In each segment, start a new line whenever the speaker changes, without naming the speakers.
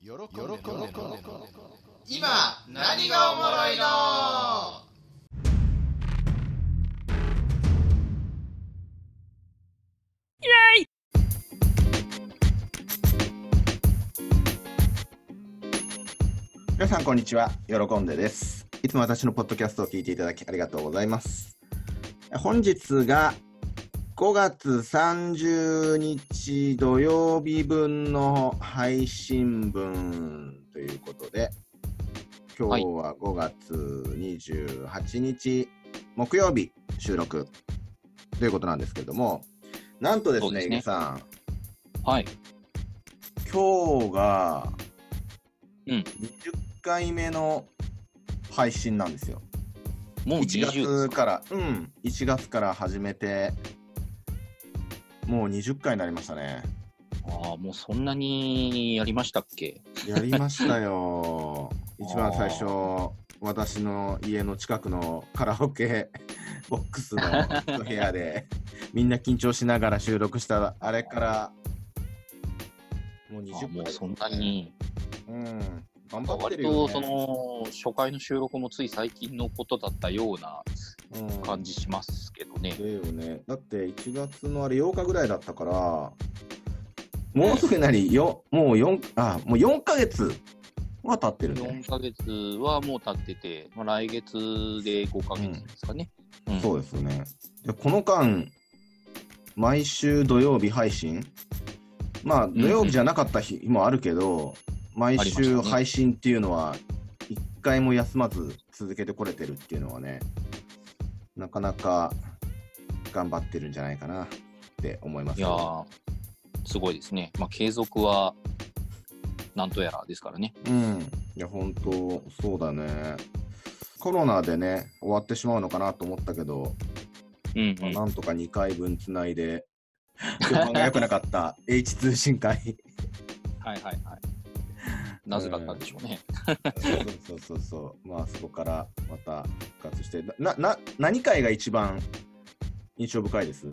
喜んで喜んで
今何がおもろいの
皆さんこんにちは喜んでですいつも私のポッドキャストを聞いていただきありがとうございます本日が5月30日土曜日分の配信分ということで今日は5月28日木曜日収録ということなんですけれどもなんとです
そうで
ね
す
井
ね
出さん
はい。
今日が
うん
20回目の配信なんですよ。
もう
1
20
月から、うん、1月から始めて、もう20回になりましたね。
ああ、もうそんなにやりましたっけ
やりました よ。
あー
一番最初、私の家の近くのカラオケ ボックスの部屋で、みんな緊張しながら収録した、あれから、もう
ああ
20
も
回
うそんなに。
うん、頑張って
割
るよ、ね。
と、その、初回の収録もつい最近のことだったような
うん
感じしますけどね。
だよね。だって1月のあれ8日ぐらいだったから、もうすぐなりよ、もう4、あ、もう4ヶ月は経ってるね。
4ヶ月はもう経ってて、まあ、来月で5ヶ月ですかね。うん
そうですよね。で、この間、毎週土曜日配信まあ、土曜日じゃなかった日もあるけど、毎
あり
週
ましたね
配信っていうのは、一回も休まず続けてこれてるっていうのはね、なかなか頑張ってるんじゃないかなって思います
いや
よ
ー、すごいですね。まあ、継続は、なんとやらですからね。
うん、いや、本当、そうだね。コロナでね、終わってしまうのかなと思ったけど、
うん、う
まあ
ん。
なんとか2回分つないで、評判が良くなかった H 通信会。
はいはいはい。なぜだったんでしょうね。
そうそうそうそう、まあそこからまた復活して、な、な、何回が一番印象深いです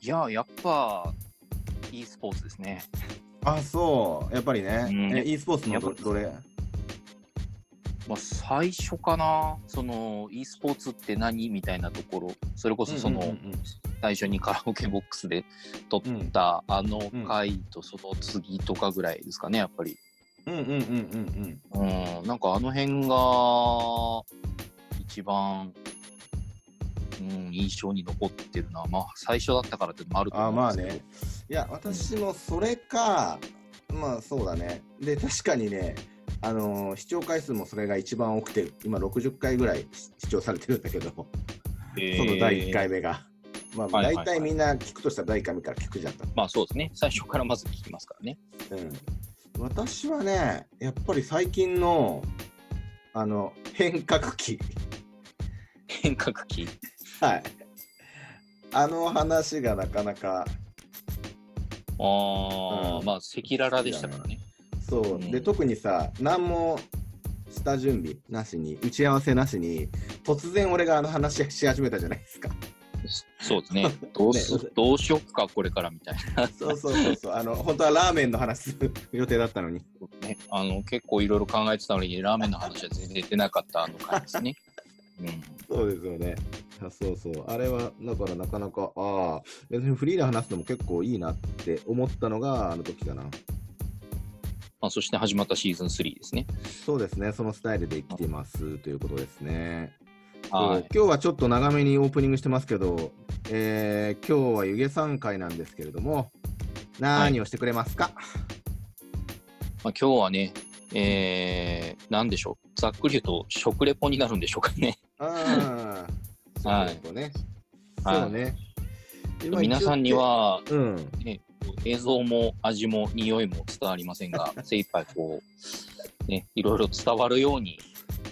いやー、やっぱ、e スポーツですね。
あ、そう、やっぱりね、
うん
え e スポーツのど
やっぱ
どれ
まあ、最初かな、その e スポーツって何みたいなところ、それこそその、
うんうんうん
最初にカラオケボックスで撮ったあの回とその次とかぐらいですかね、やっぱり。
うんうんうんうん
うん、なんかあの辺が一番、うん、印象に残ってるな。まあ、最初だったからってのもあると
あー
思
ま
う
あ
んですけど。
ねいや私もそれか、まあそうだねで確かにねあのー視聴回数もそれが一番多くて今60回ぐらい視視聴されてるんだけど、
えー
その第1回目がまあ
はいはい
大
はい
体みんな聞くとしたら第1回目から聞くじゃん、
まあそうですね。最初からまず聞きますからね。
うん、私はねやっぱり最近のあの変革期
変革期。
はいあの話がなかなか
ああ、
うん
まあ赤裸々でしたからね。
そう、
うん
で特にさ何も下準備なしに打ち合わせなしに突然俺があの話し始めたじゃない ですか
そうです ね。どうす、
ね
どうしよっか、これからみたい
そうそうそうそうあの本当はラーメンの話する予定だったのに
な、ね。あの、結構いろいろ考えてたのに、ラーメンの話は全然出なかったあの回ですね。 うん。
そうですよねあそうそうあれはだからなかなかああ別にフリーで話すのも結構いいなって思ったのがあの時かな
まあ、そして始まったシーズン3ですね。
そうですねそのスタイルで生きていますということですね
は
そう
い。
今日はちょっと長めにオープニングしてますけど、えー今日は湯気さん会なんですけれども、何をしてくれますか、
まあ、今日はね、えー、なんでしょう。ざっくり言うと、食レポになるんでしょうか ね。
ああ、
はい
そうね。
はい
そうね。今
皆さんに。は、
一応うん。
映像も味も匂いも伝わりませんが、精一杯こう、ね、いろいろ伝わるように、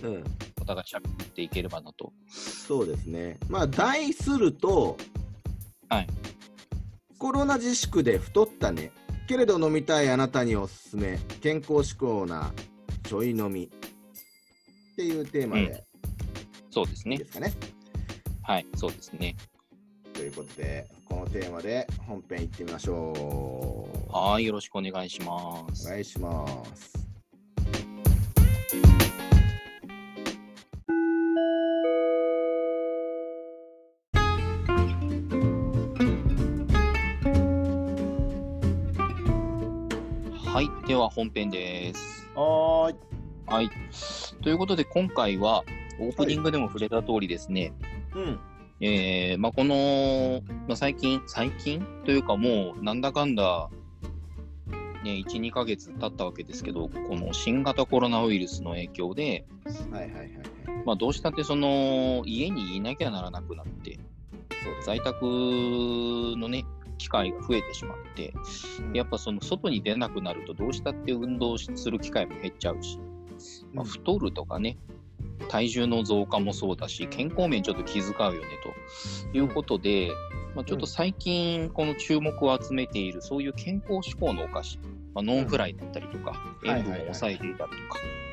うん。
お互いしゃべっていければなと。
そうですね。まあ、題すると、
はい。
コロナ自粛で太ったね。けれど飲みたいあなたにおすすめ。健康志向なちょい飲み。っていうテーマで
そうです
いい
ね
で。すかね。
はい、そうですね。
ということで、このテーマで本編いってみましょう。
はい、よろしくお願いします。
お願いします。
はい、では本編です。
はーい。
はい。ということで、今回は、オープニングでも触れた通りですね、
うん。
えーまあ、この、まあ、最近、最近というかもう、なんだかんだ、ね、1、2ヶ月経ったわけですけど、この新型コロナウイルスの影響で、
はいはいはいはい。
まあ、どうしたってその、家にいなきゃならなくなって、
そうですね。
在宅のね、機会が増えてしまって、やっぱその外に出なくなるとどうしたって運動する機会も減っちゃうし、まあ、
うん
太るとかね、体重の増加もそうだし、健康面ちょっと気遣うよねということで、まあ、ちょっと最近この注目を集めているそういう健康志向のお菓子、まあ、ノンフライだったりとか、
うん
塩分を抑えていたり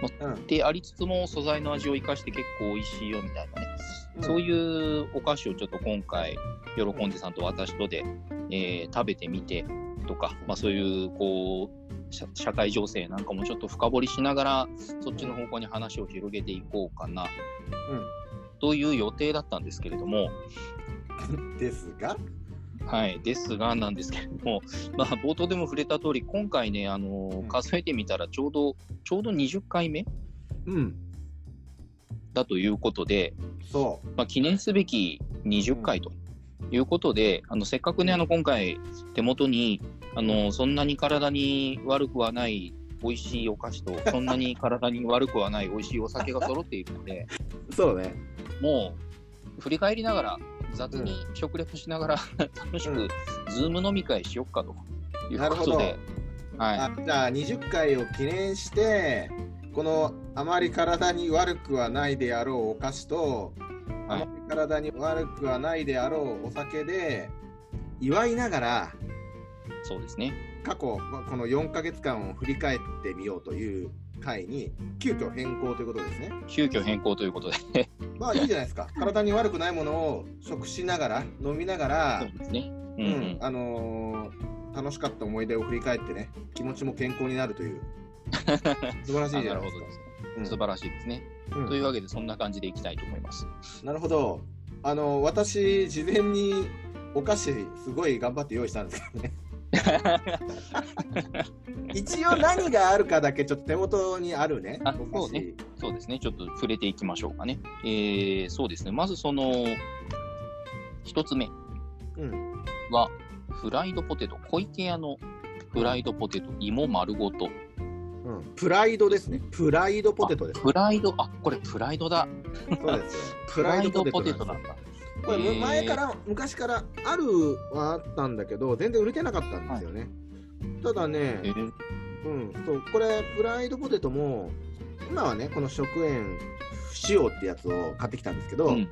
とか、
うん。
でありつつも素材の味を生かして結構美味しいよみたいなね、
うん
そういうお菓子をちょっと今回喜んでさんと私とで、えー食べてみてとか、まあ、そういうこう社社会情勢なんかもちょっと深掘りしながらそっちの方向に話を広げていこうかなという予定だったんですけれども、
うん。ですが、
はい、ですがなんですけれども、 まあ、冒頭でも触れた通り今回ねあのー
うん
数えてみたらちょうどちょうど20回目
うん。
だということで、
そ
まあ、記念すべき20回ということで、あのせっかくね、あの今回、手元にあのそんなに体に悪くはない美味しいお菓子と、そんなに体に悪くはない美味しいお酒が揃っているの で、
う。そうね。
もう振り返りながら、雑に食レポしながら、 楽し
う
く、ズーム飲み会しよっかという
なる
こ
ほ
と
ど。
で、は
あじゃあ20回を記念してこのあまり体に悪くはないであろうお菓子と、
はい
あまり体に悪くはないであろうお酒で祝いながら
い、そうですね。
過去まあこの4ヶ月間を振り返ってみようという回に急遽変更ということですね。
急遽変更ということで、
まあいいじゃないですか。体に悪くないものを食しながら飲みながら
そう、ですね。う
うん
うん
ん、あのー楽しかった思い出を振り返ってね気持ちも健康になる という素晴らしい
あ
じゃ
な
な
るほ
いです
どで。
か
すね。
うん
素晴らしいですね。
うん
というわけで、そんな感じでいきたいと思います。
なるほど。あの私事前にお菓子すごい頑張って用意したんです けどね。一応何があるかだけちょっと手元にあるね。
あ
お菓子
そうねそうですね、ちょっと触れていきましょうかね。えー、そうですね、まずその、一つ目
うん。
は、フライドポテト、小池屋のフライドポテト、芋丸ごと。
うん。プライドですね。プライドポテトです。
フライド、あ、これプライドだ。
そうですよ。
フ
プ
ラ
ラ
イ
イ
ド
ド
ポ
ポ
テ
テ
トな
トなん
ん
です
だ。
これ
えー
前から、昔からあるはあったんだけど、全然売れてなかったんですよね。ただね、
えー
うん、そうこれフライドポテトも今はねこの食塩不使用ってやつを買ってきたんですけど、
うん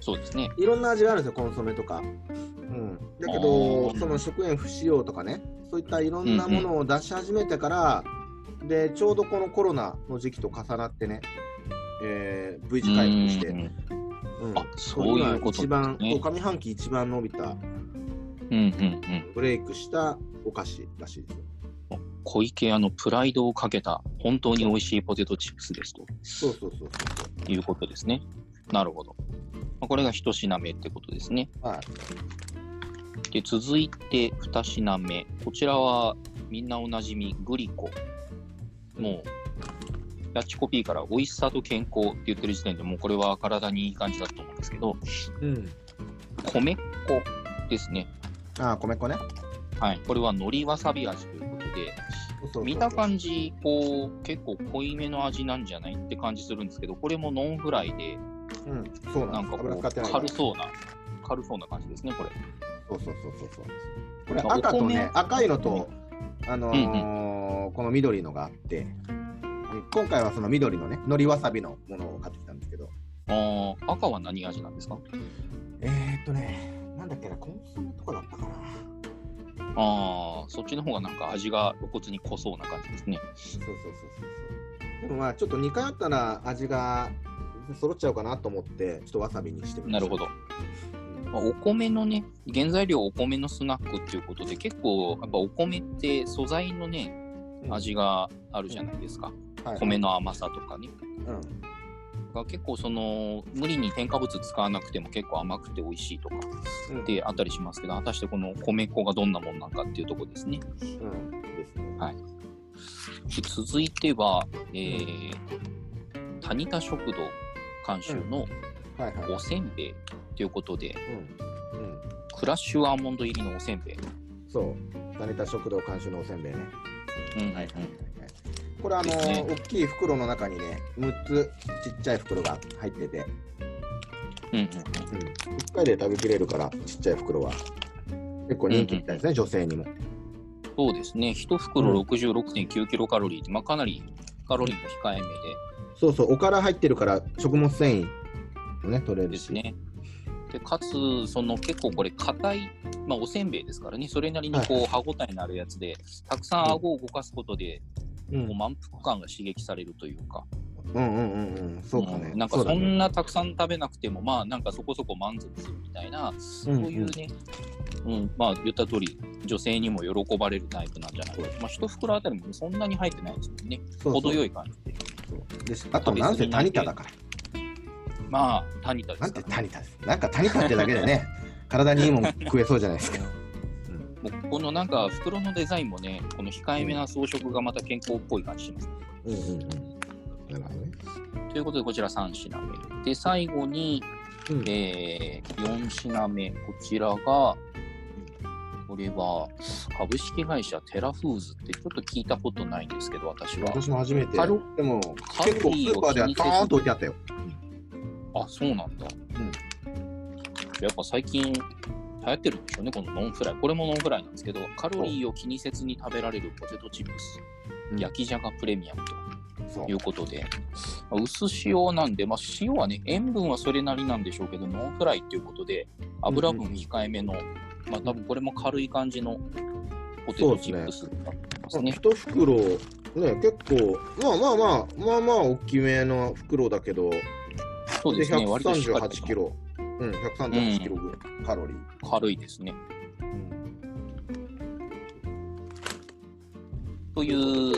そうですね。
いろんな味があるんですよコンソメとか、うん、だけ
あ
ど
ー
その食塩不使用とかねそういったいろんなものを出し始めてから、でちょうどこのコロナの時期と重なってね、えー、V 字回復して、
う
うんん
あ、そういうこと
今
なん
一番
ですね。
上半期一番伸びた
うんうんうん。
ブレイクしたお菓子らしいですよ
小池屋のプライドをかけた、本当に美味しいポテトチップスですと
そうそうそう
いうことですね。なるほど。まあこれが一品目ってことですね。
そうはい
で続いて2品目こちらはみんなおなじみグリコもうキャッチコピーから美味しさと健康って言ってる時点でもうこれは体にいい感じだと思うんですけど
うん
米粉ですね
ああ米粉ね
はいこれは海苔わさび味ということで見た感じこう結構濃いめの味なんじゃないって感じするんですけどこれもノンフライで
じ、うん、そう
な
なん
ん
で
かこ
す油
う
使ってないから
軽そうな軽そうな感じですねこれ
そうそうそうそうそうこれ
まあ
赤とね
お米
赤いのとあのーこの緑のがあって今回はその緑のねのりわさびのものを買ってきたんですけど
あー赤は何味なんですか
えー、っとねなんだっけなコンソメとかだったかな
ああそっちの方がなんか味が露骨に濃そうな感じですね
そうそうそうそうそうでもまあちょっと2回あったら味が揃っちゃうかなと思ってちょっとわさびにしてみま
な
し
る
た
ほど。
うん
まあお米のね、原材料お米のスナックっていうことで、結構、やっぱお米って素材のね、
うん
味があるじゃないですか。
はい
米の甘さとかね。
うん
だから結構その、無理に添加物使わなくても結構甘くて美味しいとか
うん
ってあったりしますけど、果たしてこの米粉がどんなもんなんかっていうところですね。
うんですね
で続いては、えー、タニタ食堂監修の
はいはい
おせんべいということで、
うんうん
クラッシュアーモンド入りのおせんべい。
そう成田食堂監修のおせんべいね
うん
はいこれあの
ですね
ー大きい袋の中にね6つちっちゃい袋が入ってて、
うんうん
うん、1回で食べきれるからちっちゃい袋は結構人気みたいですね、女性にも
そうですね、1袋66.9キロカロリーって、まあ、かなりカロリーも控えめ
そうそうおから入ってるから食物繊維もね取
で
れる
で
し
すね。でかつ、その結構これ、硬い、まあ、おせんべいですからね、それなりにこう歯ごたえのあるやつで、たくさん顎を動かすことで、
うん
こう満腹感が刺激されるというか、
うんうんうんうんそうかね、
うんなんか
うだ
そ
ね
んなたくさん食べなくても、まあなんかそこそこ満足するみたいな、そういうね、うん、まあ言った通り、女性にも喜ばれるタイプなんじゃないかまあ一袋あたりもそんなに入ってないですもんね。
そうそう
程よい感じで。
そうであとなんせタニタだから
まあ、タニタで
なん
すか
て
ら。
タニタですなんかタニタってだけ でね体にいいもん食えそうじゃないですか
もうこのなんか袋のデザインもね、この控えめな装飾がまた健康っぽい感じします。
うんうんうんなるほどね
ということで、こちら3品目。で、最後に、
うん
えー、4品目、こちらが、これは株式会社テラフーズってちょっと聞いたことないんですけど、私は。
私も初めて
カロ
でも
カロ
結構ス
リー
ー
を
パーでは
気にせず
パーンと置いてあったよ
あ、そうなんだ。やっぱ最近流行ってるんでしょうね、このノンフライ。これもノンフライなんですけど、カロリーを気にせずに食べられるポテトチップス、
うん
焼きじゃがプレミアムと
そう
いうことで、薄塩なんで、まあ、塩はね、塩分はそれなりなんでしょうけど、ノンフライっていうことで、油分控えめの、まあ多分これも軽い感じのポテトチップスだったんですね。
一袋ね結構まあまあまあまあまあ大きめの袋だけど
そうですね、割としっかり
138キロうん138キロぐらい、カロリー、
軽いですね。という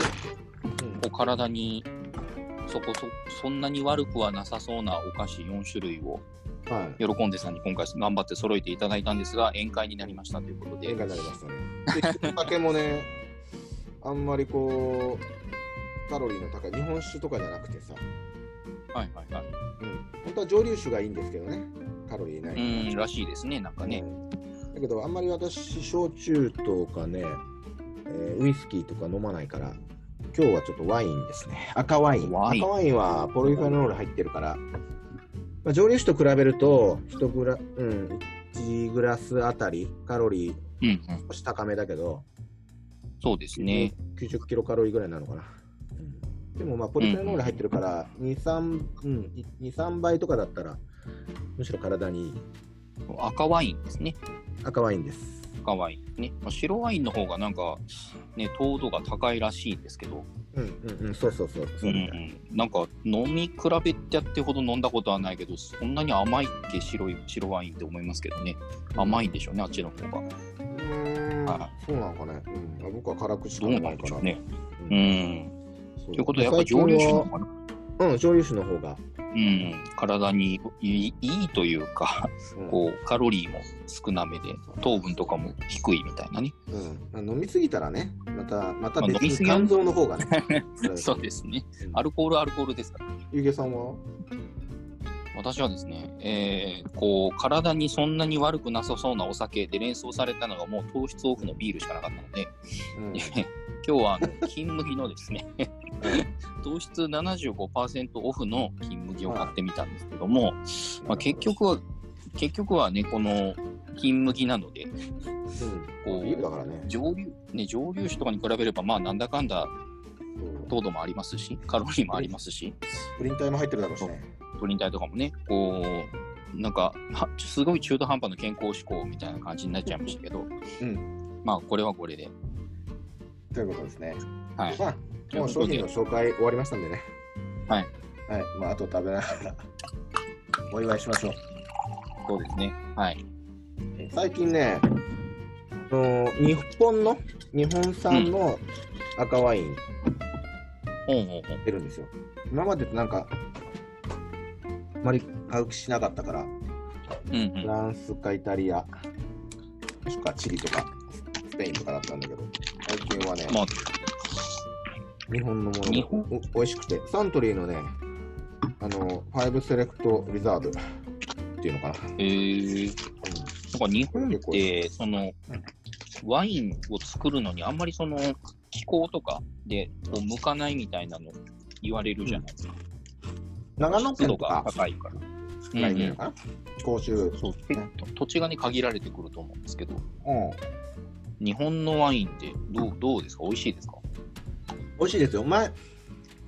お体にそこそそんなに悪くはなさそうなお菓子4種類を
はい
喜んでさんに今回頑張って揃えていただいたんですが宴会になりましたということで
映画になりましたね。で、きっかけもね、 あんまりこう、カロリーの高い日本酒とかじゃなくてさ、
はいはいはい。
うん、本当は蒸留酒がいいんですけどね、カロリーないう
ーんらしいですねなんかね
うんだけど、あんまり私、焼酎とかね、えーウイスキーとか飲まないから、今日はちょっとワインですね。赤ワイン。
ワイン
赤ワインはポリフェノール入ってるから、まあ、蒸留酒と比べると、1グラ、うん、1グラスあたりカロリー
うん、うん、
少し高めだけど、
そうですね
90キロカロリーぐらいなのかな、でもまあポリフェノール入ってるから23、うん2 3倍とかだったらむしろ体にいい
赤ワインですね
赤ワインです
赤ワインねまあ白ワインの方がなんかね糖度が高いらしいんですけど
うんうんうんそうそうそう
う
そ
んう
うみたい、
んなんか飲み比べてやってほど飲んだことはないけどそんなに甘いっけ白い白ワインって思いますけどね甘いんでしょうねあっちの方が
うん
あ
そうなのかね、うん、あ僕は辛くしか
どう
飲
な
ま
ん
な
で
いか
しょ
ら
うね。
うん
うん。
そ
ということで、やっぱ蒸留酒なのかな
最近はうん蒸留酒の方が、
うん。体にいいいいというか、
うん
こう、カロリーも少なめで、糖分とかも低いみたいなね。
うん飲みすぎたらねまたまた
まあ
別
飲みす
に
ぎは
肝臓の方がねう ん
そうですね。
うん
アルコールはアルコールですから。
ゆうげさんは
私はですね、えーこう、体にそんなに悪くなさそうなお酒で連想されたのが、もう糖質オフのビールしかなかったので、
うん
今日はあの 金麦のですね、 糖質75%オフの金麦を買ってみたんですけども、まあ、結局は、結局はね、この金麦なので、
う
こ
ん
う
ビールだからね
蒸留ね、蒸留酒とかに比べれば、まあ、なんだかんだ
そう
糖度もありますし、カロリーもありますし、
プリン体も入ってるだろうしね
プリン体とかもね、こう、なんか、はすごい中途半端な健康志向みたいな感じになっちゃいましたけど、
うん
まあ、これはこれで。
ということですね。
はい。
まあ、もう商品の紹介終わりましたんでね。
はい。
はい。まあ、あと食べながら、お祝いしましょう。
そうですね。はい。
最近ね、あの日本の、日本産の赤ワイン
うんうんうん。
出るんですよ。今までってなんか、あまり買うしなかったから、
うんう
フ
ん。
ランスかイタリア、とかチリとか、スペインとかだったんだけど、最近はね、
まあ
日本のも
日
の
本
がお美味しくて、サントリーのね、あの、ファイブセレクトリザーブっていうのかな。
へえなんか日本って、その、ワインを作るのに、あんまりその、気候とかで、こう、向かないみたいなの言われるじゃないですか。
長野
湿
県
度
と
が
か、
高いから。うんう
来年の
ん
かな、甲州。
そうで土地がね、限られてくると思うんですけど、
うん
日本のワインってどうどうですか美味しいですか
美味しいですよ前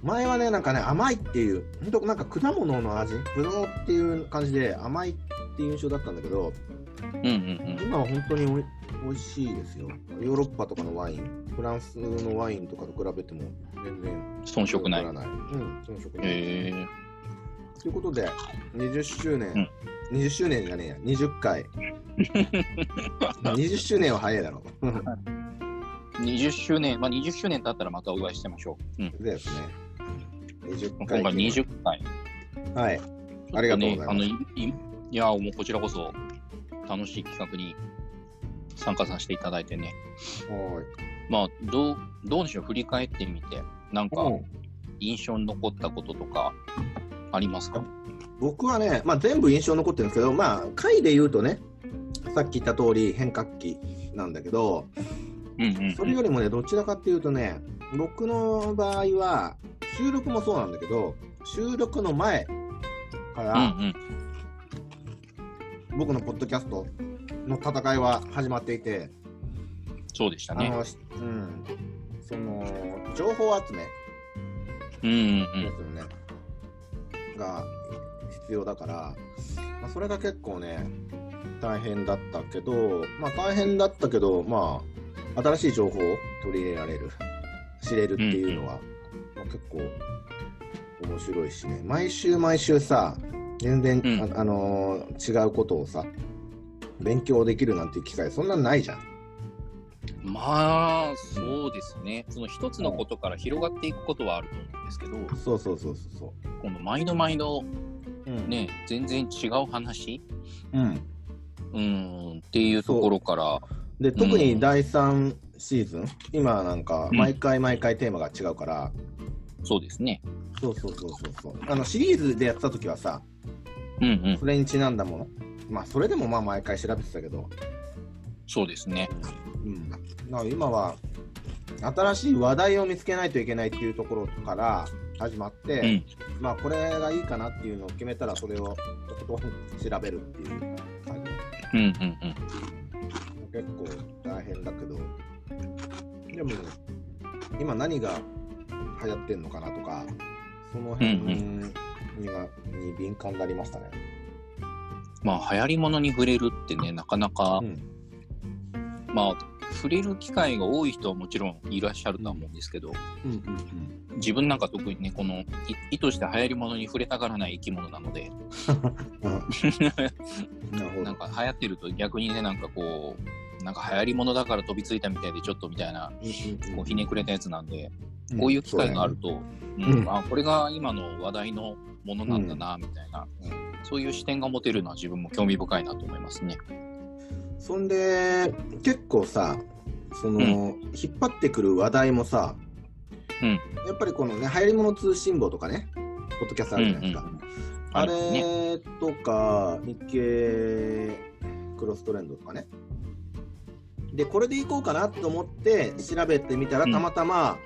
前はねなんかね甘いっていう本当なんか果物の味ぶどうっていう感じで甘いっていう印象だったんだけど
うんうん
今は本当におい美味しいですよヨーロッパとかのワインフランスのワインとかと比べても全然
うん。遜色ない。
劣らないうん遜色ない、
へえ
ということで20周年、
うん
20周年じゃねえや20回 20周年は 早いだろ
20周年、まあ、20周年経ったらまたお会いしましょう。うん。
ですね20
今
回
回20回。
はいありがとうございます
ちょっとねあのいいいや、もうこちらこそ楽しい企画に参加させていただいてね。
はい
まあ、どう、どうでしょう、振り返ってみて、なんか
うん
印象に残ったこととかありますか
僕はね、まあ、全部印象残ってるんですけど、まあ、回で言うとね、さっき言った通り変革期なんだけど、
うんうんうん。
それよりもね、どちらかっていうとね、僕の場合は、収録もそうなんだけど、収録の前か
うんう
ら、
ん。
僕のポッドキャストの戦いは始まっていて、
そうでした
あ
ね。
の、しうん、その、情報集め
うんうん
ですよね、が必要だから、まあ、それが結構ね大変だったけど、まあ、大変だったけど、まあ、新しい情報を取り入れられる知れるっていうのは、まあ、結構面白いしね毎週毎週さ全然、
うん
ああのー違うことをさ勉強できるなんていう機会そんなんないじゃん。
うん。まあ、そうですね。その一つのことから広がっていくことはあると思うんですけど、
そうそうそうそうそ
この毎度毎度
う。うん
ね、全然違う話
うん、
うんっていうところから、
で特
う
に
ん
第3シーズン、今なんか
うん
毎回毎回テーマが違うから、
そうですね。
そうそうそうそうそうあのシリーズでやった時はさ
うんうん。
それにちなんだものまあそれでもまあ毎回調べてたけど、
そうですね。
うん、だから今は新しい話題を見つけないといけないっていうところから始まって、
うん。
まあこれがいいかなっていうのを決めたらそれをとことん調べるっていう感
う
じ
んうんうん。
結構大変だけどでも今何が流行ってんのかなとかその辺
うんう
にはに敏感になりましたね。
まあ、流行り物に触れるってね、なかなか、
うん
まあ、触れる機会が多い人はもちろんいらっしゃるとは思うんですけど、
うんうん
自分なんか特にね、このい意図して流行り物に触れたがらない生き物なので、
うん、なるほ
なんか流行ってると逆にね、なんかこう、なんか流行り物だから飛びついたみたいでちょっとみたいな、こうひねくれたやつなんで、
ど
こういう機会があると、うん
うん
あこれが今の話題のものなんだな、みたいな、そういう視点が持てるのは自分も興味深いなと思いますね。
そんで結構さそ
う
の、
ん
引っ張ってくる話題もさ、
うん
やっぱりこのね流行り物通信簿とかねポッドキャストあるじゃないですか、
うんうん
あ
るね、
れとか、日経クロストレンドとかね。で、これでいこうかなと思って調べてみたら、
うん
たまたま、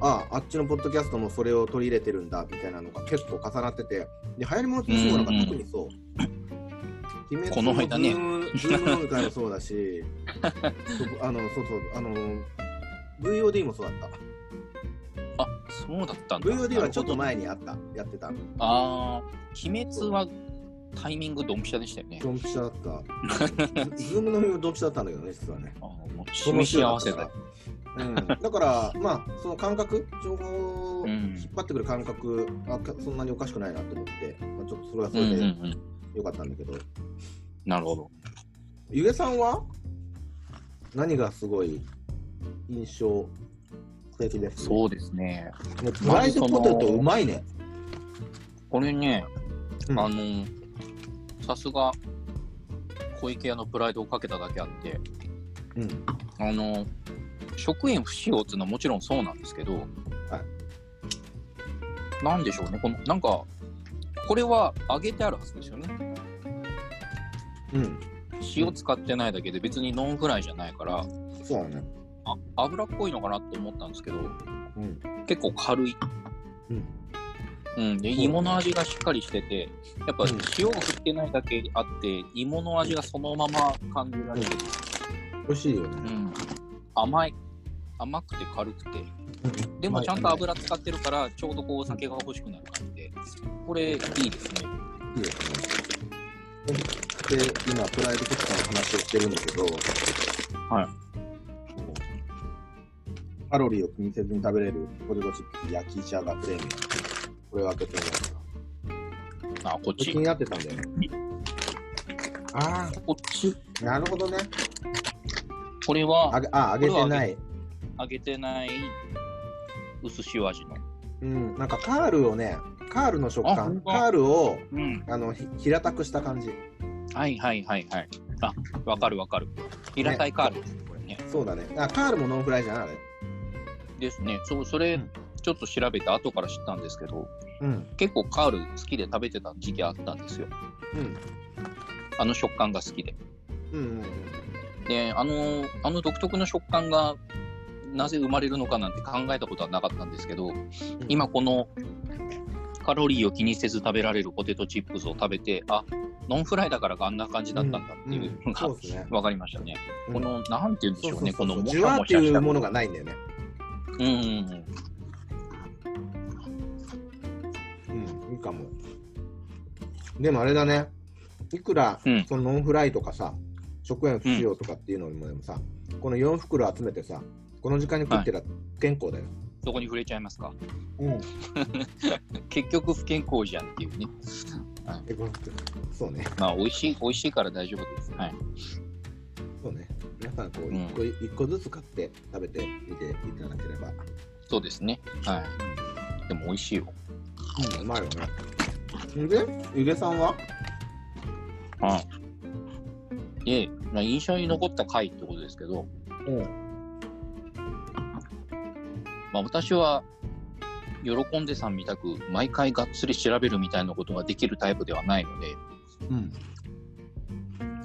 ああ、っちのポッドキャストもそれを取り入れてるんだみたいなのが結構重なってて、で、流行り物通信もなんか
うんうん
特にそう。鬼
こ
滅
の
の
間ね
ブーム文化もそうだし、 そうあの、そうそう、あの、VOD もそうだった。
あそうだったんだ。
VOD はちょっと
なる
前にあった、やってた。
ほど。ああ、鬼滅はタイミングドンピシャでしたよね。
ドンピシャだ った。ズズームの日もドンピシャだったんだけどね、実はね。
あーもう示し合わせた。
うん、だから、まあ、その感覚、情報を
う
引っ
ん
張ってくる感覚、あかそんなにおかしくないなと思って、まあ、ちょっとそれはそ
うんうん
れ
う
で
ん。
よかったんだけど、
なるほど。
いゆげさんは何がすごい印象的です
そうですね。
もうフライドポテトうまいね。
これね、
うん
あの、さすが、小池屋のプライドをかけただけあって、
うん。
あの、食塩不使用っていうのはもちろんそうなんですけど、なんでしょうね、この、なんか、これは揚げてあるはずですよね。
うん。
塩使ってないだけで別にノンフライじゃないから、
そうだね。
あ脂っこいのかなと思ったんですけど、
うん。
結構軽い。
うん。
うん、で、芋の味がしっかりしてて、やっぱ塩を振ってないだけあって、芋の味がそのまま感じられる。
美味しいよね。
うん。甘い。甘くて軽くて。でもちゃんと
い
油使ってるから、ちょうどこうお酒が欲しくなる感じで、これいいですね。
いですね。で、今、プライドポテトの話をしてるんだけど、
はい。
カロリーを気にせずに食べれるポテトチップス焼きシャガプレミアム。これを開けてみました。
あ、こっ
気
ち
に。なってたんだよね。あ
こっち。
あ、なるほどね。
これ
あ
は
げあ、あげてない。
揚げてない薄塩味の。
うん、なんかカールをね、カールの食
あ本
感、
当
カールを
うん。
あのひ平たくした感じ。
はいはいはいはい。あ、わかるわかる。平たいカールですね、これね。
そうだね。あ、カールもノンフライじゃないあれ。
ですね。そう、それ
うん、
ちょっと調べて後から知ったんですけど、
うん、
結構カール好きで食べてた時期あったんですよ。
うん、
あの食感が好きで。
うん、
で、あの、あの独特の食感が、なぜ生まれるのかなんて考えたことはなかったんですけど、今このカロリーを気にせず食べられるポテトチップスを食べて、あ、ノンフライだからあんな感じだったんだっていうのが、
そうですね。
わかりましたね。
うん
この、なんて言うんでしょうね、このも
ジ
し
ュワー
も
って
しゃ
い
した
うものがないんだよね。
うんうん
うん、いいかも。でもあれだね。いくら、
うん
そのノンフライとかさ、食塩不使用とかっていうのにもでもさ、この4袋集めてさ、この時間に食ってりゃ健康だよ。
うん、どこに触れちゃいますか
うん。
結局不健康じゃんっていうね。
えこそうね。
まあ、美味しい、美味しいから大丈夫です。はい。
そうね。皆さん、こう、
うん
一個、一個ずつ買って食べてみていただければ。
そうですね。はい。でも美味しいよ。
うん、うまいよね。で、ゆげさんは
はい。で、まあ、印象に残った回ってことですけど、
うん。
まあ、私は、喜んでさんみたく、毎回がっつり調べるみたいなことができるタイプではないので、
うん。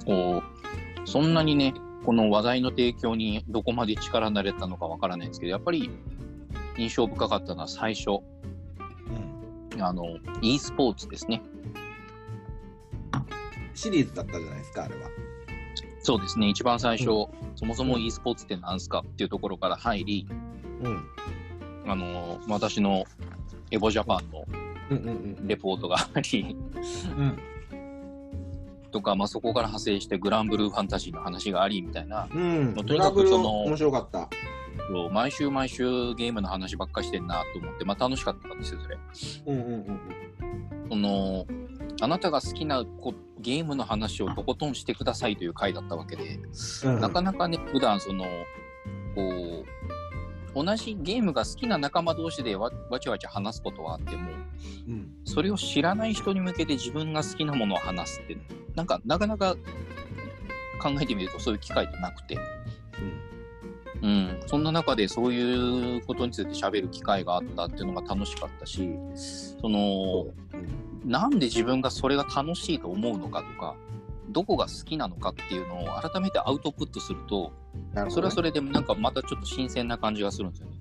こう、そんなにね、この話題の提供にどこまで力になれたのかわからないんですけど、やっぱり印象深かったのは最初、あの、e スポーツですね。
シリーズだったじゃないですか、あれは。
そうですね、一番最初、そもそも e スポーツって何すかっていうところから入り、
うん。
あの私のエボジャパンの
うんうんうん。
レポートがあり、
うん。
とか、まあ、そこから派生してグランブルーファンタジーの話がありみたいな、
うん。
まあと
ト
に
ラ
か
ブ
く
ル
その
面白かった。
こう毎週毎週ゲームの話ばっかしてんなと思って、まあ、楽しかったんですよ、それ。
うんうんうんうん。
そのあなたが好きなこゲームの話をとことんしてくださいという回だったわけで、
うん
なかなかね、普段その、こう、同じゲームが好きな仲間同士でわわちゃわちゃ話すことはあっても、
うん
それを知らない人に向けて自分が好きなものを話すって、なんか、なかなか考えてみるとそういう機会ってなくて、うん、そんな中でそういうことについて喋る機会があったっていうのが楽しかったし、その、なんで自分がそれが楽しいと思うのかとか、どこが好きなのかっていうのを改めてアウトプットすると、
なる
そ
ほ
れは
どね
それでなんかまたちょっと新鮮な感じがするんですよね。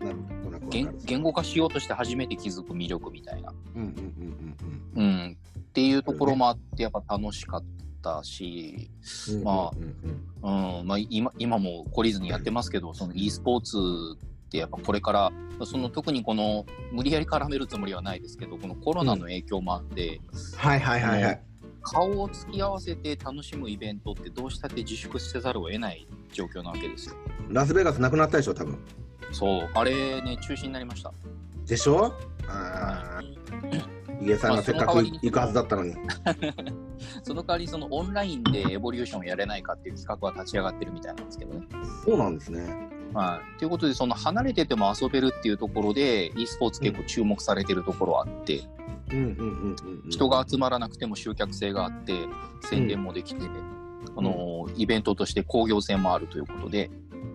なんとなくわか
言
る
言語化しようとして初めて気づく魅力みたいな。
うんうんうんうん
うん。っていうところもあって、やっぱ楽しかったし、
うん。
まあ
うんうん
うん、まあ今、今も懲りずにやってますけど、その e スポーツってやっぱこれから、その特にこの、無理やり絡めるつもりはないですけど、このコロナの影響もあって、
うん。はいはいはいはい。
顔を突き合わせて楽しむイベントってどうしたって自粛せざるを得ない状況なわけですよ。
ラスベガスなくなったでしょ、多分。
そう、あれね、中止になりました。
でしょああ。ヒゲさんがせっか
まあその代わ
く
りに
行くはずだったのに。
その代わりそのオンラインでエボリューションやれないかっていう企画は立ち上がってるみたいなんですけどね。
そうなんですね。
はい、ということでその離れてても遊べるっていうところで e スポーツ結構注目されてるところあって、
うんうんうんうんうん。
人が集まらなくても集客性があって宣伝もできて、あのイベントとして興行性もあるということで、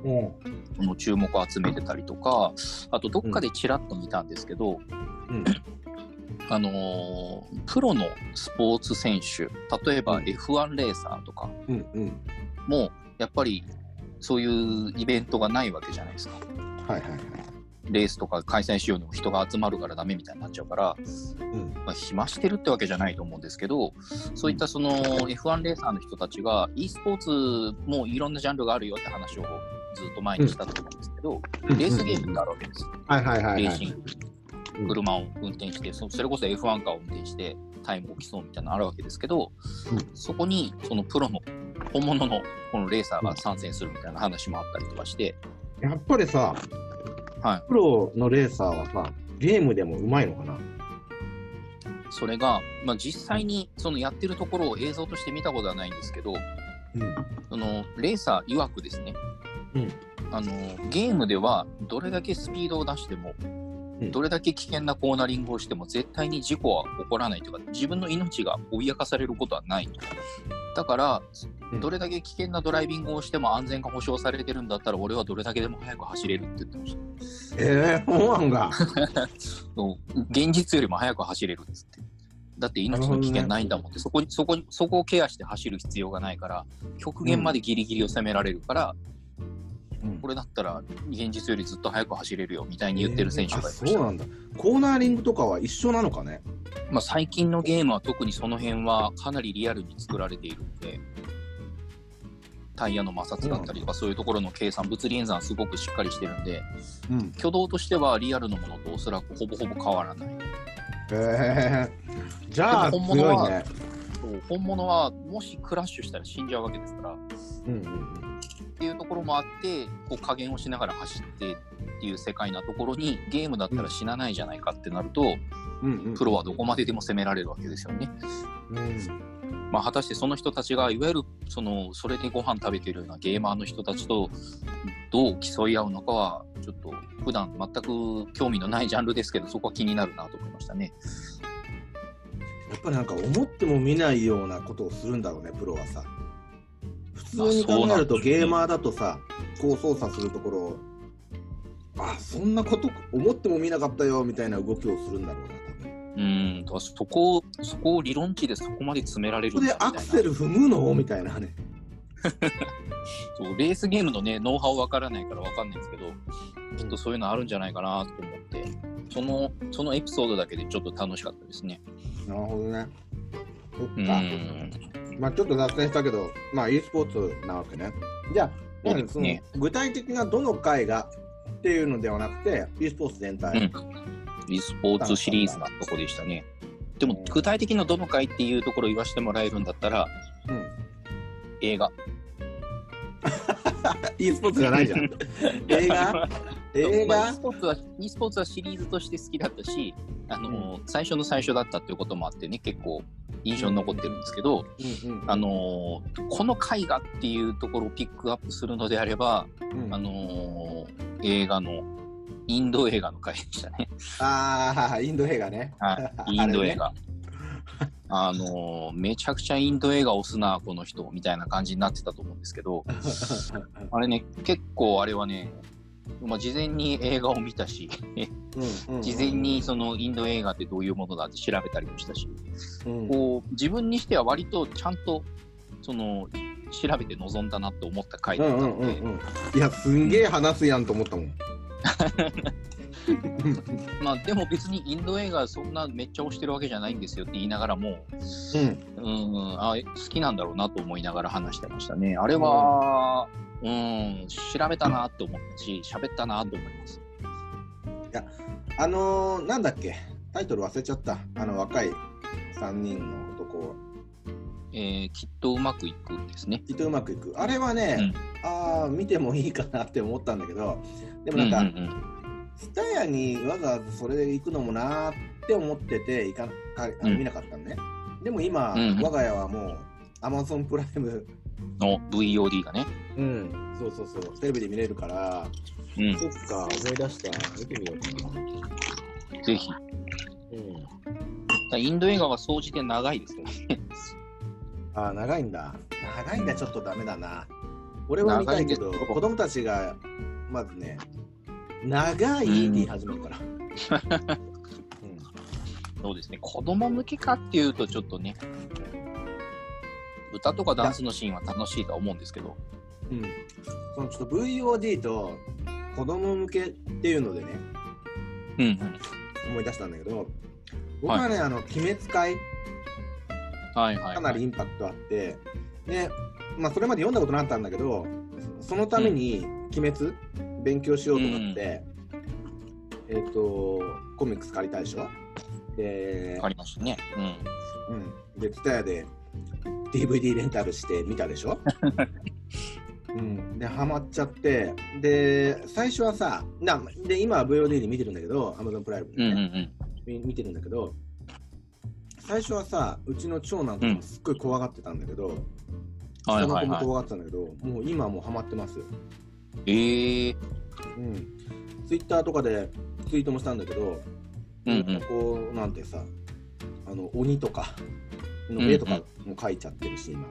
うん。
この注目を集めてたりとかあとどっかでちらっと見たんですけど、
うん
あのープロのスポーツ選手例えば
うん
F1 レーサーとか
うんうん。
もやっぱりそういうイベントがないわけじゃないですか。
はいはいはい。
レースとか開催しようにも人が集まるからダメみたいになっちゃうから、
うん。
まあ、暇してるってわけじゃないと思うんですけどそういったその F1 レーサーの人たちが e スポーツもいろんなジャンルがあるよって話をずっと前にしたと思うんですけど、レースゲームになるわけですよ。
はいはいはい
レ
は
ーシ
い。
ング、車を運転して、そそれこそ F1 カーを運転してタイムを競うみたいなのあるわけですけど、
う
そこにそのプロの本物のこのレーサーが参戦するみたいな話もあったりとかして、
やっぱりさ、
はい
プロのレーサーはさ、ゲームでもうまいのかな
それが、まあ、実際にそのやってるところを映像として見たことはないんですけど、そのレーサー曰くですね、
うん
あのゲームではどれだけスピードを出しても、
ん
どれだけ危険なコーナリングをしても絶対に事故は起こらないというか自分の命が脅かされることはないとだから
うん
どれだけ危険なドライビングをしても安全が保証されてるんだったら俺はどれだけでも早く走れるって言ってました
ええそうなんだ。
そう現実よりも早く走れるんですってだって命の危険ないんだもんって、そこにそこにそこをケアして走る必要がないから極限までギリギリを攻められるから、これだったら現実よりずっと速く走れるよみたいに言ってる選手がいました、
えーあそうなんだ。コーナーリングとかは一緒なのかね
まあ、最近のゲームは特にその辺はかなりリアルに作られているんでタイヤの摩擦だったりとかそういうところの計算物理演算すごくしっかりしてるんで
うん。
挙動としてはリアルのものとおそらくほぼほぼ変わらない
えー、じゃあ、
でも本物は
強いね。
そう本物はもしクラッシュしたら死んじゃうわけですからっ
うんうん
ていうところもあってこう加減をしながら走ってっていう世界なところにゲームだったら死なないじゃないかってなると、
うんうんうん
プロはどこまででも攻められるわけですよね。まあ、果たしてその人たちがいわゆるそのそれでご飯食べてるようなゲーマーの人たちとどう競い合うのかはちょっと普段全く興味のないジャンルですけどそこは気になるなと思いましたね。
やっぱなんか思っても見ないようなことをするんだろうね、プロはさ。普通に考
まあそうな
え
ん
る
です
と
ね
ゲーマーだとさ、こう操作するところを、あ、そんなこと思っても見なかったよみたいな動きをするんだろうな、多分。
うんとそこをそこを理論値でそこまで詰められる
こ
ん
れ
だ
で
みた
ア
いな
クセル踏むのみたいなね。
そうレースゲームのねノウハウわからないからわかんないですけどきっとそういうのあるんじゃないかなと思ってそのそのエピソードだけでちょっと楽しかったですね。
なるほどね。そっ
う
か。
ん
まあちょっと脱線したけど、まあ e スポーツなわけね。じゃあ、
そうですね
その具体的などの回がっていうのではなくて、e スポーツ全体。
e スポーツシリーズなとこでしたね。でも具体的などの回っていうところを言わせてもらえるんだったら
うん
映画
e スポーツじゃないじ ゃん。映画映
まあ
画
e スポーツは e スポーツはシリーズとして好きだったしあの、最初の最初だったっていうこともあってね結構印象に残ってるんですけど、
うんうん
あのこの回がっていうところをピックアップするのであれば、
うん
あの映画のインド映画の回でした ね。
ああ、インド映画ね。
はイ
あ
ン
れ
ド
ね
映。画。あのめちゃくちゃインド映画押すなこの人みたいな感じになってたと思うんですけ どあれね結構あれはね、まあ、事前に映画を見たし
うんうんうん
事前にそのインド映画ってどういうものだって調べたりもしたし
うん
こう自分にしては割とちゃんとその調べて臨んだなって思った回
う
だった
んう
の
ん
で、
うんうん。いや、すんげえ話すやんと思ったもん。
まあでも別にインド映画そんなめっちゃ推してるわけじゃないんですよって言いながらも
うん。
うんうんあ好きなんだろうなと思いながら話してましたねあれはうん調べたなと思ったし喋ったなと思います
あのー、なんだっけタイトル忘れちゃった。あの若い3人の男。
えーきっとうまくいくんですね
きっとうまくいく。あれはね、ああ、見てもいいかなって思ったんだけど、でもなんか、
うんうんうん
スタヤにわざわざそれで行くのもなーって思ってて行かああ
うん
見なかったのね。でも今、
うん
我が家はもう、アマゾンプライム、
の VOD がね。
うん、そうそうそう、テレビで見れるから、
うん、
そっか、思い出した、見てみようかな。
ぜひ。
うん、
インド映画は総じて長いですけどね。
あー、長いんだ。長いんだ、ちょっとダメだな。俺は見たいけど、
長いんですよ
子供たちが、まずね、長いって言い始めるから。うん
そうですね。子供向けかっていうとちょっとね、歌とかダンスのシーンは楽しいとは思うんですけど。
うん、そのちょっと VOD と子供向けっていうのでね
うんうん。
思い出したんだけど僕はね、あの「鬼滅界」
はいはい、はい。
かなりインパクトあって、で、まあ、それまで読んだことなかったんだけどそのために「鬼滅」勉強しようと思って、えっ、とコミックス借りたでしょで
わかりましたね。うん。
うん、で、TSUTAYA で DVD レンタルして見たで しょ、うん、で、ハマっちゃって、で、最初はさ、なで今は VOD で見てるんだけど、Amazon プライムで
う
ね、
んうん
み見てるんだけど、最初はさ、うちの長男とかもすっごい怖がってたんだけど、
うん。はい
下の
は
子
い
も
は
怖がってたんだけど、もう今はもうハマってますよ。
い。ええー。
うん、Twitter とかでツイートもしたんだけど、
うんうん。
こうなんてさ、あの鬼とかの絵とかも描いちゃってるし、今。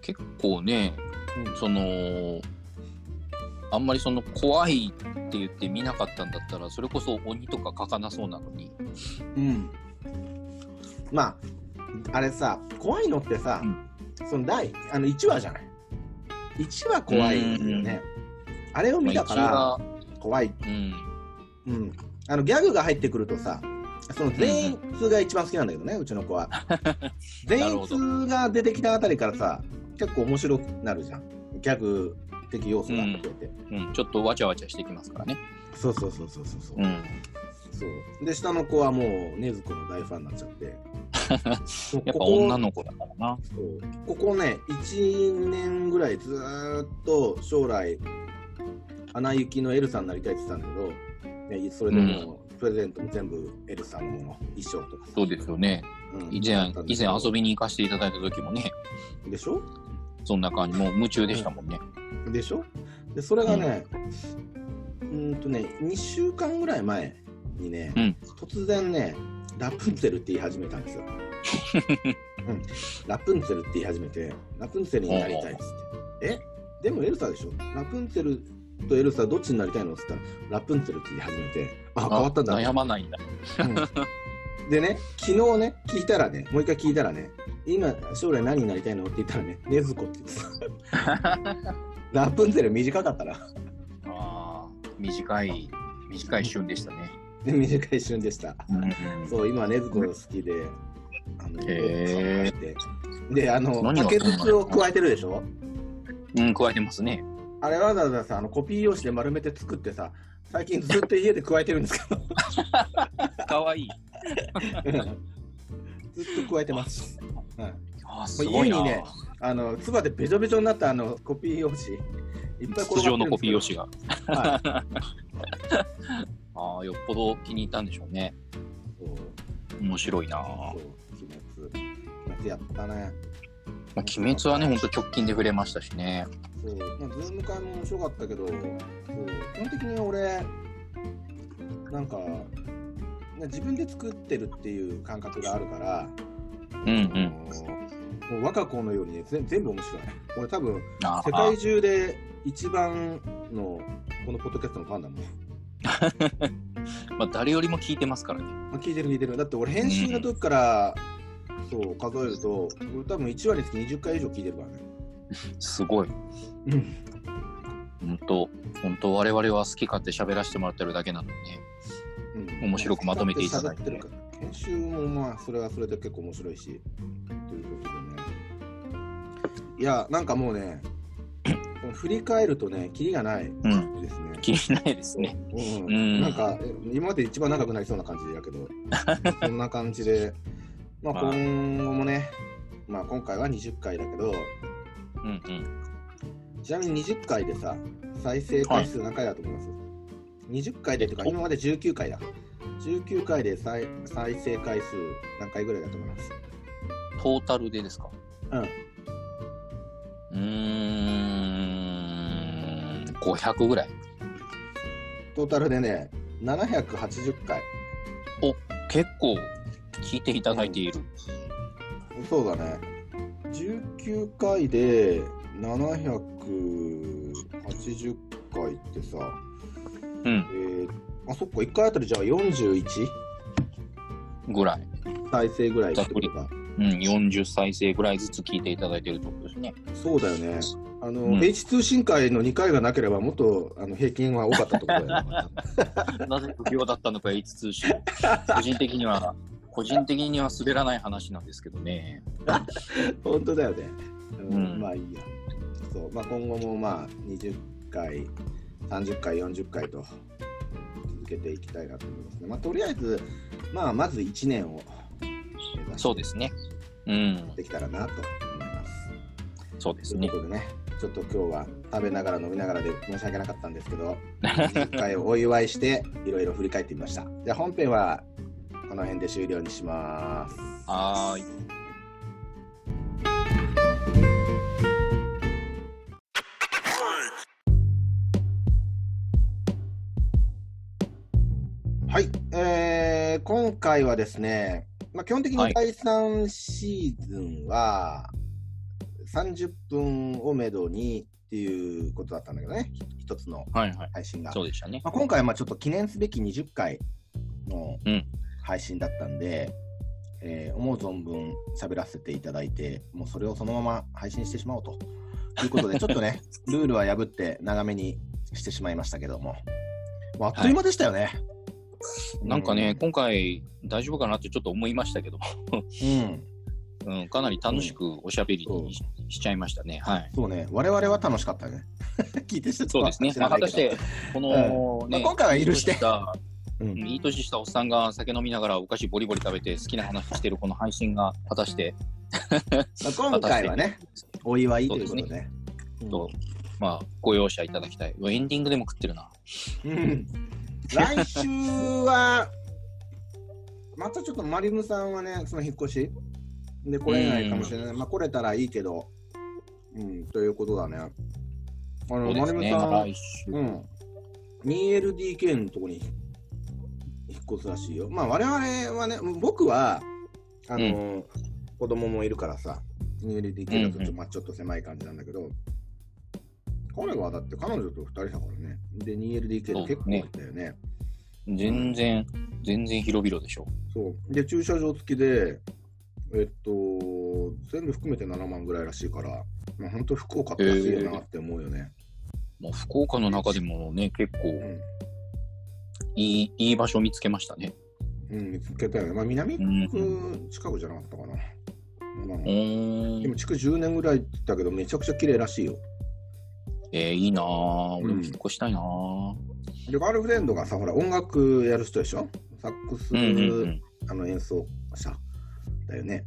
結構ね、
うん
その、あんまりその怖いって言って見なかったんだったら、それこそ鬼とか書かなそうなのに。
うん、まああれさ怖いのってさ、
うん
その第あの1話じゃない1話怖いんだよね、あれを見たから
まあ一応は
怖い、
うん。
うん、あのギャグが入ってくるとさその全員通が一番好きなんだけどね、うち の子は全員通が出てきたあたりからさ結構面白くなるじゃんギャグ的要素が増えて、
うん、ちょっとわちゃわちゃしてきますからね。
そうそうそうそうそうそう,、
うん。
そうで下の子はもう禰豆子の大ファンになっちゃって
やっ
こ
ぱ
こ
女の子だからな。
そうここね12年ぐらいずーっと将来アナ雪のエルさんになりたいって言ってたんだけど、ね、それでもうプレゼントも全部エルさんのもの衣装とかさ
そうですよね。
うん
以前、以前遊
び
びに行かせていただいた時もね、
でしょ
そんな感じ、もう夢中でしたもんね。
でしょでそれがねうーんとね2週間ぐらい前にね、
うん
突然ねラプンツェルって言い始めた んですよ、うん、ラプンツェルって言い始めてラプンツェルになりたいっつってえでもエルサでしょラプンツェルとエルサどっちになりたいのっつったらラプンツェルって言い始めてあ変わったんだ
悩まないんだ。
でね、昨日ね、聞いたらね、もう一回聞いたらね、今、将来何になりたいのって言ったらね、禰豆子って言って た。ラプンツェル短かったな。
あ あ、短い、短い旬でしたね。
で短い瞬でした。
うん
そう、今、禰豆子が好きで、あの、
へー
考えて。で、あの、
何が
竹筒を加えてるでしょ
うん、加えてますね。
あれわざわざさ、あのコピー用紙で丸めて作ってさ、最近ずっと家で加えてるんですけど、
かわいい。
ずっと加えてます。はい
あーす
す
ご
ご
い
い
な。
なあの、つばでべちょべちょになったあのコピー用紙、いっぱい転がってるんですけど
筒状のコピー用紙が。
は
ああ、よっぽど気に入ったんでしょうね。
い。そう、
面白いな。
そう
ま
鬼滅。鬼滅やったね。
あ鬼滅はね、ほんと直近で触れましたしね。
そう、まあ、ズーム会も面白かったけど、そう基本的に俺、なんか、ね自分で作ってるっていう感覚があるから、
うんうん。
あのもう若子のようにね、ぜ全部面白い。俺多分、
あー
世界中で一番の、このポッドキャストのファンだもん。
まあ、誰よりも聞いてますからね。
まあ、聞いてる聞いてる。だって俺、編集の時から、そう、数えると、俺多分1割につき20回以上聞いてるからね。
すごい。
うん。
本当本当我々は好き勝手喋らせてもらってるだけなのにね。
うん
面白くまとめていただいて
喋ってるから編集もまあそれはそれで結構面白いしということでねいやなんかもうねこの振り返るとねキリがない
うん。
ですね、
気にないですね。
うん
うん
なんかえ今まで一番長くなりそうな感じだけど そんな感じでまあ
まあ
今後もねまあ今回は20回だけど
うんうん。
ちなみに20回でさ再生回数何回だと思います、?20 回でとか
お
今まで19回だ19回で再再生回数何回ぐらいだと思います
トータルでですか
うん
うーん500ぐらい
トータルでね、780回。
結構聞いていただいている、
そうだね。19回で780回ってさ、
うん
えー、あ、そっか、1回あたりじゃあ 41?
ぐらい、
再生ぐらいってことか。
うん、40再生ぐらいずつ聞いていただいているってことですね
そうだよね。あの、
うん
H2 深海の2回がなければ、もっとあの平均は多かったところだよ ね。
なぜ不評だったのか H 通 信個人的には個人的には滑らない話なんですけどね
本当だよね。うん、
うん
まあいいや。そう、まあ今後もまあ20回、30回、40回と続けていきたいなと思いますね。まあとりあえず、まあまず1年を目指し
そうですねうん
てできたらなと思います。
そうです
と
ね
いうことでね、ちょっと今日は食べながら飲みながらで申し訳なかったんです けど、20回をお祝いしていろいろ振り返ってみました。じゃあ本編はこの辺で終了にします。
はーい
はい、えー今回はですね、まあ、基本的
は
に
い
第3シーズンは30分をめどにっていうことだったんだけどね、ひ一つの
はいはい
配信が。
そうでしたね
まあ、今回はまあちょっと記念すべき20回の
うん
配信だったんで、えー思う存分喋らせていただいて、もうそれをそのまま配信してしまおうというこ とで、ちょっとね、ルールは破って長めにしてしまいましたけども、もうあっという間でしたよね。
なんか
う
ね、今回大丈夫かなってちょっと思いましたけども、
うん、
うん、かなり楽しくおしゃべりにし,、ちゃいましたね。はい。
そうね、我々は楽しかったね。 聞いてして
そうですね。まあ、果たして、この、
まあ
ね、
今回は許して
いい年した
うん
うんいい年したおっさんが酒飲みながらお菓子ボリボリ食べて好きな話してるこの配信が果たして、
まあ今回はね、お祝いということで。
とまあ、ご容赦いただきたい。うわエンディングでも食ってるな。
うん来週は、またちょっとマリムさんはね、その引っ越しで来れないかもしれない。まあ来れたらいいけど、うん、ということだね。あ
そ
の、
うで
マリ
す
ム
ね。
さ
ま
ん、
あ、来週。
うん、2LDK のとこに引っ越すらしいよ。まあ我々はね、僕は、あの、子供もいるからさ、2LDK だとちょっと,、
うんうん
まあ、ちょっと狭い感じなんだけど、彼はだって彼女と2人だからね。で、2LDK って結構多いんだよね。
全然、全然広々でしょ。
そう。で、駐車場付きで、えっと、全部含めて7万ぐらいらしいから、まあ本当福岡って安いよなって思うよね。
もう福岡の中でもね、結構いい、いい場所見つけましたね。
うん、うん、見つけたよね。まあ南
うん。
近くじゃなかったかな。まあ
おー
でも築10年ぐらいって言ったけど、めちゃくちゃ綺麗らしいよ。
えー、いいなぁ。俺
う
も
ん
引っ越したいなぁ。
で、ガールフレンドがさ、ほら、音楽やる人でしょサックス、あの演奏者だよね。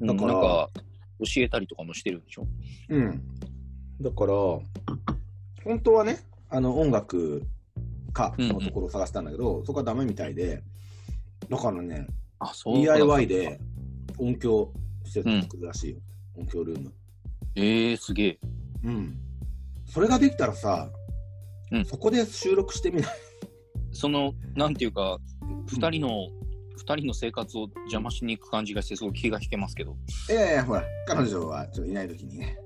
うん
だから
なんか、教えたりとかもしてるんでしょ
うん。だから、本当はね、あの音楽家のところを探したんだけど、そこはダメみたいで、だからね、
あ、そ
DIY で。音響施設作るらしいよ。音響ルーム。
えー、すげえ。
うん。それができたらさ、
うん
そこで収録してみない
その、なんていうか、二人の、二人の生活を邪魔しに行く感じがして、すごい気が引けますけど。
いやいや、ほら、彼女はちょっといないときにね。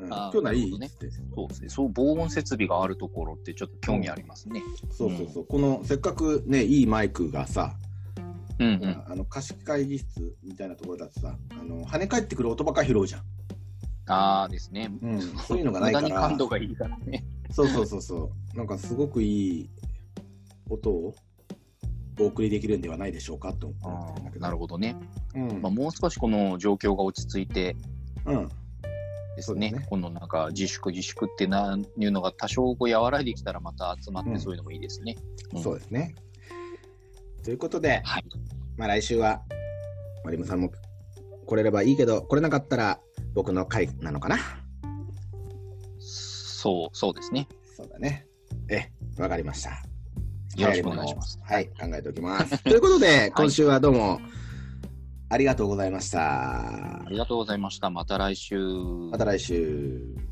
うん、
あー
今日ない
なるほど
いっ
ね
つって、
そうですね。そう、防音設備があるところってちょっと興味ありますね。
そうそうそう、このせっかくね、いいマイクがさ、
うんう
ほら
ん。
あの貸し会議室みたいなところだとさ、あの跳ね返ってくる音ばっか拾うじゃん。
あーですね。
うん、そういうのがないか
無駄に
ら
感、度がいいからね。
そうそうそうそう、なんかすごくいい音をお送りできるんではないでしょうかと思
あ
ってるんだけ
ー
ど。
なるほどね。
うん、
まあ、もう少しこの状況が落ち着いて、
うん、
ですね
そうですね
このなんか自粛自粛ってなんいうのが多少こう和らいできたらまた集まっ
う
て
ん
そういうのもいいですね。うん
そうですね。ということで、
はい、
まあ来週は、マリムさんも来れればいいけど、来れなかったら僕の回なのかな。
そうそうですね。
そうだね。え、わかりました。
よろしくお願いします。
はい、考えておきます。ということで、今週はどうも、ありがとうございました
あ。りがとうございました。また来週。
また来週。